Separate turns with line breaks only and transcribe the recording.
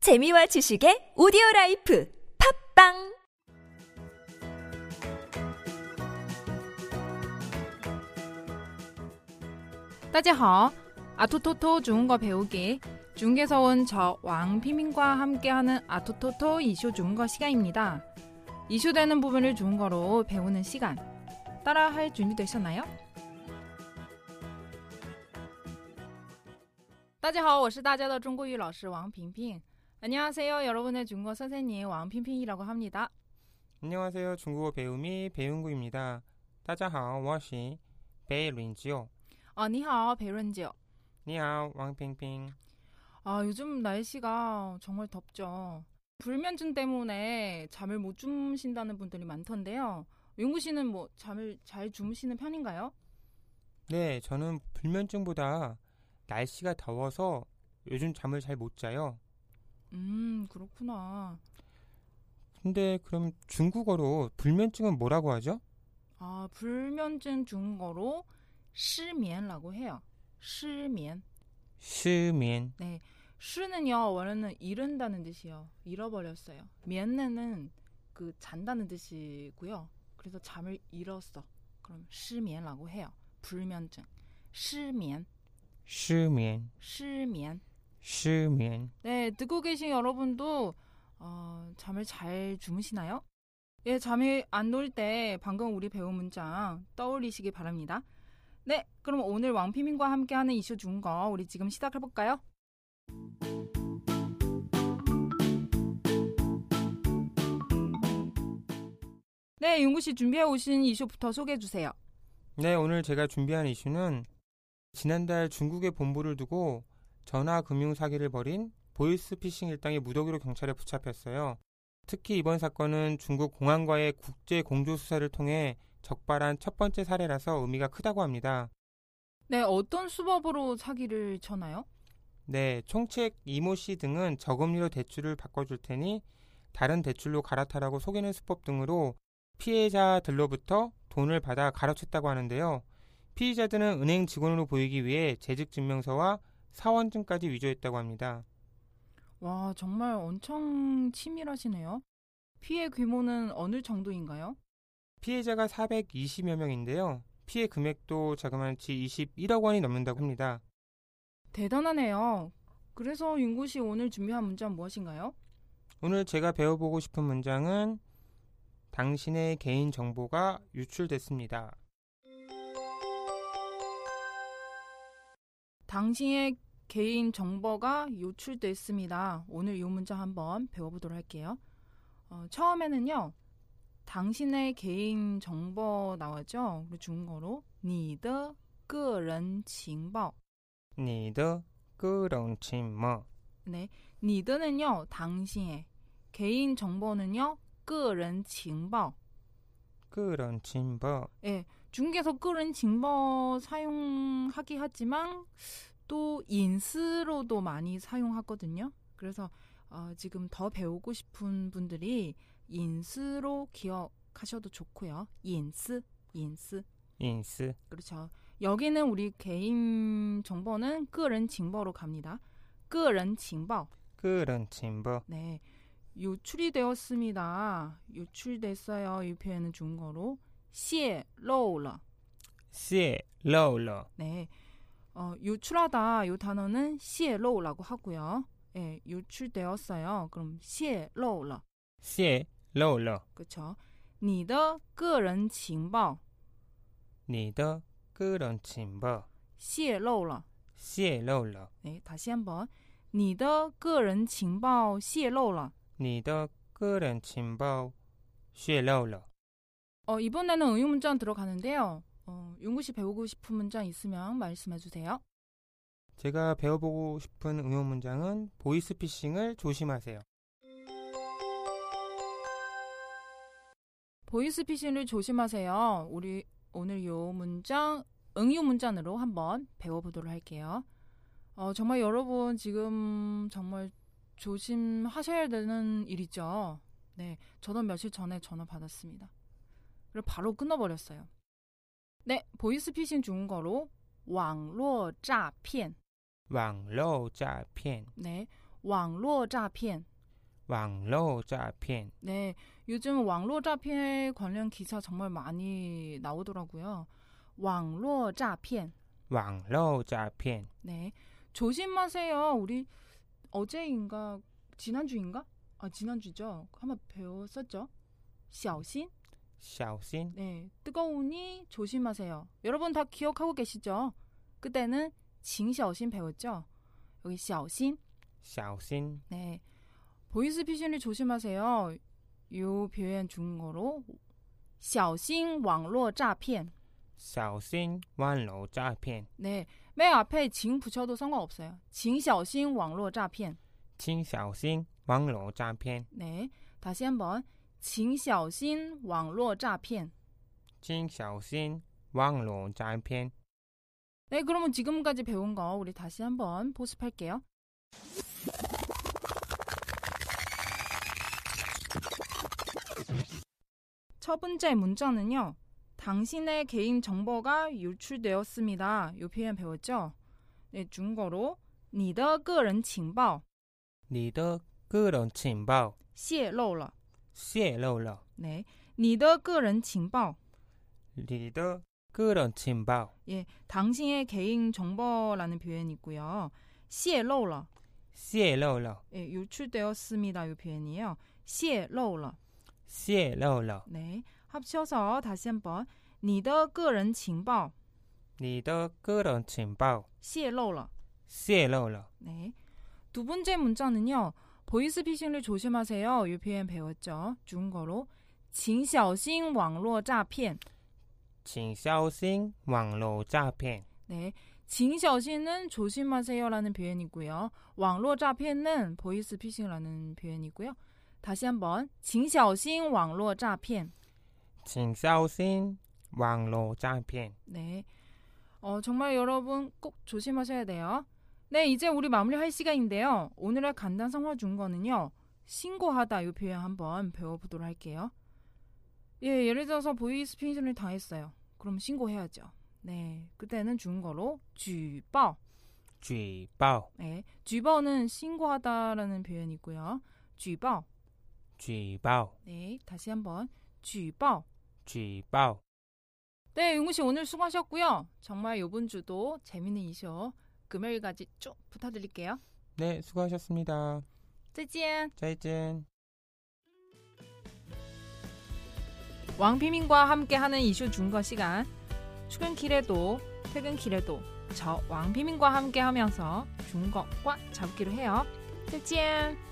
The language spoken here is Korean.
재미와 지식의 오디오 라이프 팝빵
따지하 아토토토 중국어 배우기 중국에서 온 저 왕피민과 함께하는 아토토토 이슈 중국어 시간입니다. 이슈되는 부분을 중국어로 배우는 시간 따라할 준비되셨나요? 大家好，我是大家的中国语老师王萍萍。 안녕하세요, 여러분의 중국어 선생님 왕핑핑이라고 합니다.
안녕하세요. 중국어 배우미 배윤구입니다. 따자하오 워시 베이린지오.
어, 니하오, 베런지요.
니하오 왕핑핑.
아, 요즘 날씨가 정말 덥죠. 불면증 때문에 잠을 못 주무신다는 분들이 많던데요. 용구 씨는 뭐 잠을 잘 주무시는 편인가요?
네, 저는 불면증보다 날씨가 더워서 요즘 잠을 잘 못 자요.
음, 그렇구나.
근데 그럼 중국어로 불면증은 뭐라고 하죠?
아, 불면증 중국어로失眠라고 해요. 失眠.
시민.
네. 失는요, 원래는 잃은다는 뜻이요. 잃어버렸어요. 眠는 그 잔다는 뜻이고요. 그래서 잠을 잃었어. 그럼 失眠라고 해요. 불면증. 失眠,
시민.
失眠.
시민.
네, 듣고 계신 여러분도 어, 잠을 잘 주무시나요? 예, 잠이 안 올 때 방금 우리 배운 문장 떠올리시기 바랍니다. 네, 그럼 오늘 왕피민과 함께하는 이슈 중거 우리 지금 시작해 볼까요? 네, 윤구 씨 준비해 오신 이슈부터 소개해 주세요.
네, 오늘 제가 준비한 이슈는 지난달 중국의 본부를 두고 전화 금융 사기를 벌인 보이스피싱 일당이 무더기로 경찰에 붙잡혔어요. 특히 이번 사건은 중국 공안과의 국제 공조 수사를 통해 적발한 첫 번째 사례라서 의미가 크다고 합니다.
네, 어떤 수법으로 사기를 쳐나요?
네, 총책 이모 씨 등은 저금리로 대출을 바꿔줄 테니 다른 대출로 갈아타라고 속이는 수법 등으로 피해자들로부터 돈을 받아 갈아챘다고 하는데요. 피해자들은 은행 직원으로 보이기 위해 재직 증명서와 사원증까지 위조했다고 합니다.
와, 정말 엄청 치밀하시네요. 피해 규모는 어느 정도인가요?
피해자가 420여 명인데요. 피해 금액도 자그마치 21억 원이 넘는다고 합니다.
대단하네요. 그래서 윤구 씨 오늘 준비한 문자는 무엇인가요?
오늘 제가 배워보고 싶은 문장은 당신의 개인 정보가 유출됐습니다.
당신의 개인 정보가 요출됐습니다. 오늘 이 문자 한번 배워보도록 할게요. 어, 처음에는요. 당신의 개인 정보 나왔죠? 우리 중국어로 你的个人情报.
니더 그런 친모
네, 你的는요. 당신의 개인 정보는요. 个人情报.
그런 친모
예, 중국에서 끓은 징버 사용하기 하지만 또 인스로도 많이 사용하거든요. 그래서 어, 지금 더 배우고 싶은 분들이 인스로 기억하셔도 좋고요. 인스, 인스.
인스
그렇죠. 여기는 우리 개인 정보는 끓은 징버로 갑니다. 끓은 징버.
그런 친모
네. 요출이 되었습니다. 요출됐어요. 이 표현은 중국어로 泄露了.
씨에 러울러
네. 어, 유출하다 요 단어는 泄露라고 하고요. 예, 유출되었어요. 그럼 泄露了.
씨에 러울러
그렇죠? 你的个人情报
니더 그런 친모
泄露了.
씨에 러울러
네, 다시 한번. 你的个人情报泄露了.
니더 그런 친모 씨에 러울러
어, 이번에는 응용 문장 들어가는데요. 어, 용구 씨 배우고 싶은 문장 있으면 말씀해 주세요.
제가 배워보고 싶은 응용 문장은 보이스피싱을 조심하세요
보이스피싱을 조심하세요. 우리 오늘 요 문장 응용 문장으로 한번 배워보도록 할게요. 어, 정말 여러분 지금 정말 조심하셔야 되는 일이죠. 네, 저도 며칠 전에 전화 받았습니다. 그리고 바로 끊어버렸어요. 네, 보이스피싱 중국어로 왕로诈骗.
왕로 자骗
네, 왕로诈骗.
왕러 짜피엔.
네, 요즘 왕로诈骗 관련 기사 정말 많이 나오더라고요. 왕로诈骗.
왕러 짜피엔.
네, 조심하세요. 우리 어제인가 지난주인가? 아 지난주죠. 한번 배웠었죠. 小心.
샤오신.
네, 뜨거우니 조심하세요. 여러분 다 기억하고 계시죠? 그때는 징小신 배웠죠. 여기 小신.
샤오신.
네, 보이스피싱을 조심하세요. 요 표현 중국어로 小신 왕로 诈骗.
샤오신. 왕러 짜피엔.
네, 맨 앞에 징 붙여도 상관없어요. 징小신 왕로 诈骗.
칭샤오신. 왕러 짜피엔.
네, 다시 한번 징小신 왕로 诈骗.
칭샤오신. 왕러 짜피엔.
네, 그러면 지금까지 배운 거 우리 다시 한번 보습할게요. 첫 번째 문자는요. 당신의 개인 정보가 유출되었습니다. 요 표현 배웠죠? 네, 중국어로 你的个人情报泄露了.
니더 그런 칭바오. 泄露了.
네, 你的个人情报.
리더 그런 칭바오.
예, 당신의 개인 정보라는 표현이 있고요. 泄露了.
泄露了.
예, 유출되었습니다. 요 표현이에요. 泄露了.
泄露了.
네, 합쳐서 다시 한번 你的个人情报
니더 그런 칭바오.
泄露了.
泄露了.
네. 두 번째 문자는요. 보이스피싱을 조심하세요. 이 표현 배웠죠. 중국어로 请小心网络诈骗.
请小心网络诈骗。
네. 请小心은 조심하세요라는 표현이고요. 网络诈骗은 보이스피싱이라는 표현이고요. 다시 한번 请小心网络诈骗.
请小心网络诈骗。
네. 어, 정말 여러분 꼭 조심하셔야 돼요. 네, 이제 우리 마무리할 시간인데요. 오늘의 간단 성화 준거는요. 신고하다 이 표현 한번 배워보도록 할게요. 예, 예를 들어서 보이스피싱을 당했어요. 그럼 신고해야죠. 네, 그때는 중거로 쥐버.
举报
네, 쥐버는 신고하다라는 표현이고요. 쥐버.
举报
네, 다시 한번 쥐버.
举报
네, 용우 씨 오늘 수고하셨고요. 정말 이번 주도 재밌는 이슈 금요일까지 쭉 부탁드릴게요.
네 수고하셨습니다.
再见.
再见。
왕피민과 함께하는 이슈 중거 시간. 출근길에도 퇴근길에도 저 왕피민과 함께하면서 중거과 잡기로 해요. 再见.